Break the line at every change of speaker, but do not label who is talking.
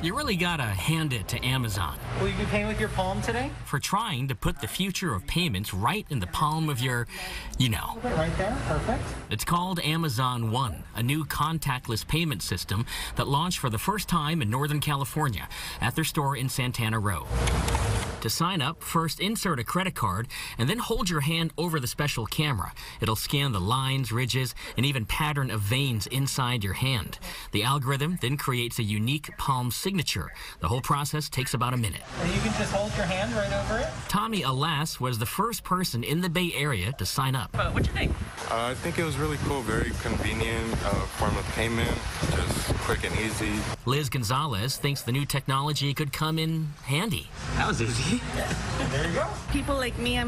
You really gotta hand it to Amazon
Will you be paying with your palm today?
for trying to put the future of payments right in the palm of your, you know.
Right there, perfect.
It's called Amazon One, a new contactless payment system that launched for the first time in Northern California at their store in Santana Row. To sign up, first insert a credit card and then hold your hand over the special camera. It'll scan the lines, ridges, and even pattern of veins inside your hand. The algorithm then creates a unique palm signature. The whole process takes about a minute.
And you can just hold your hand right over it.
Tommy Alas was the first person in the Bay Area to sign up.
what you think?
Uh, I think it was really cool, very convenient uh, form of payment, just quick and easy.
Liz Gonzalez thinks the new technology could come in handy.
That was easy.
There you go.
People like me, I'm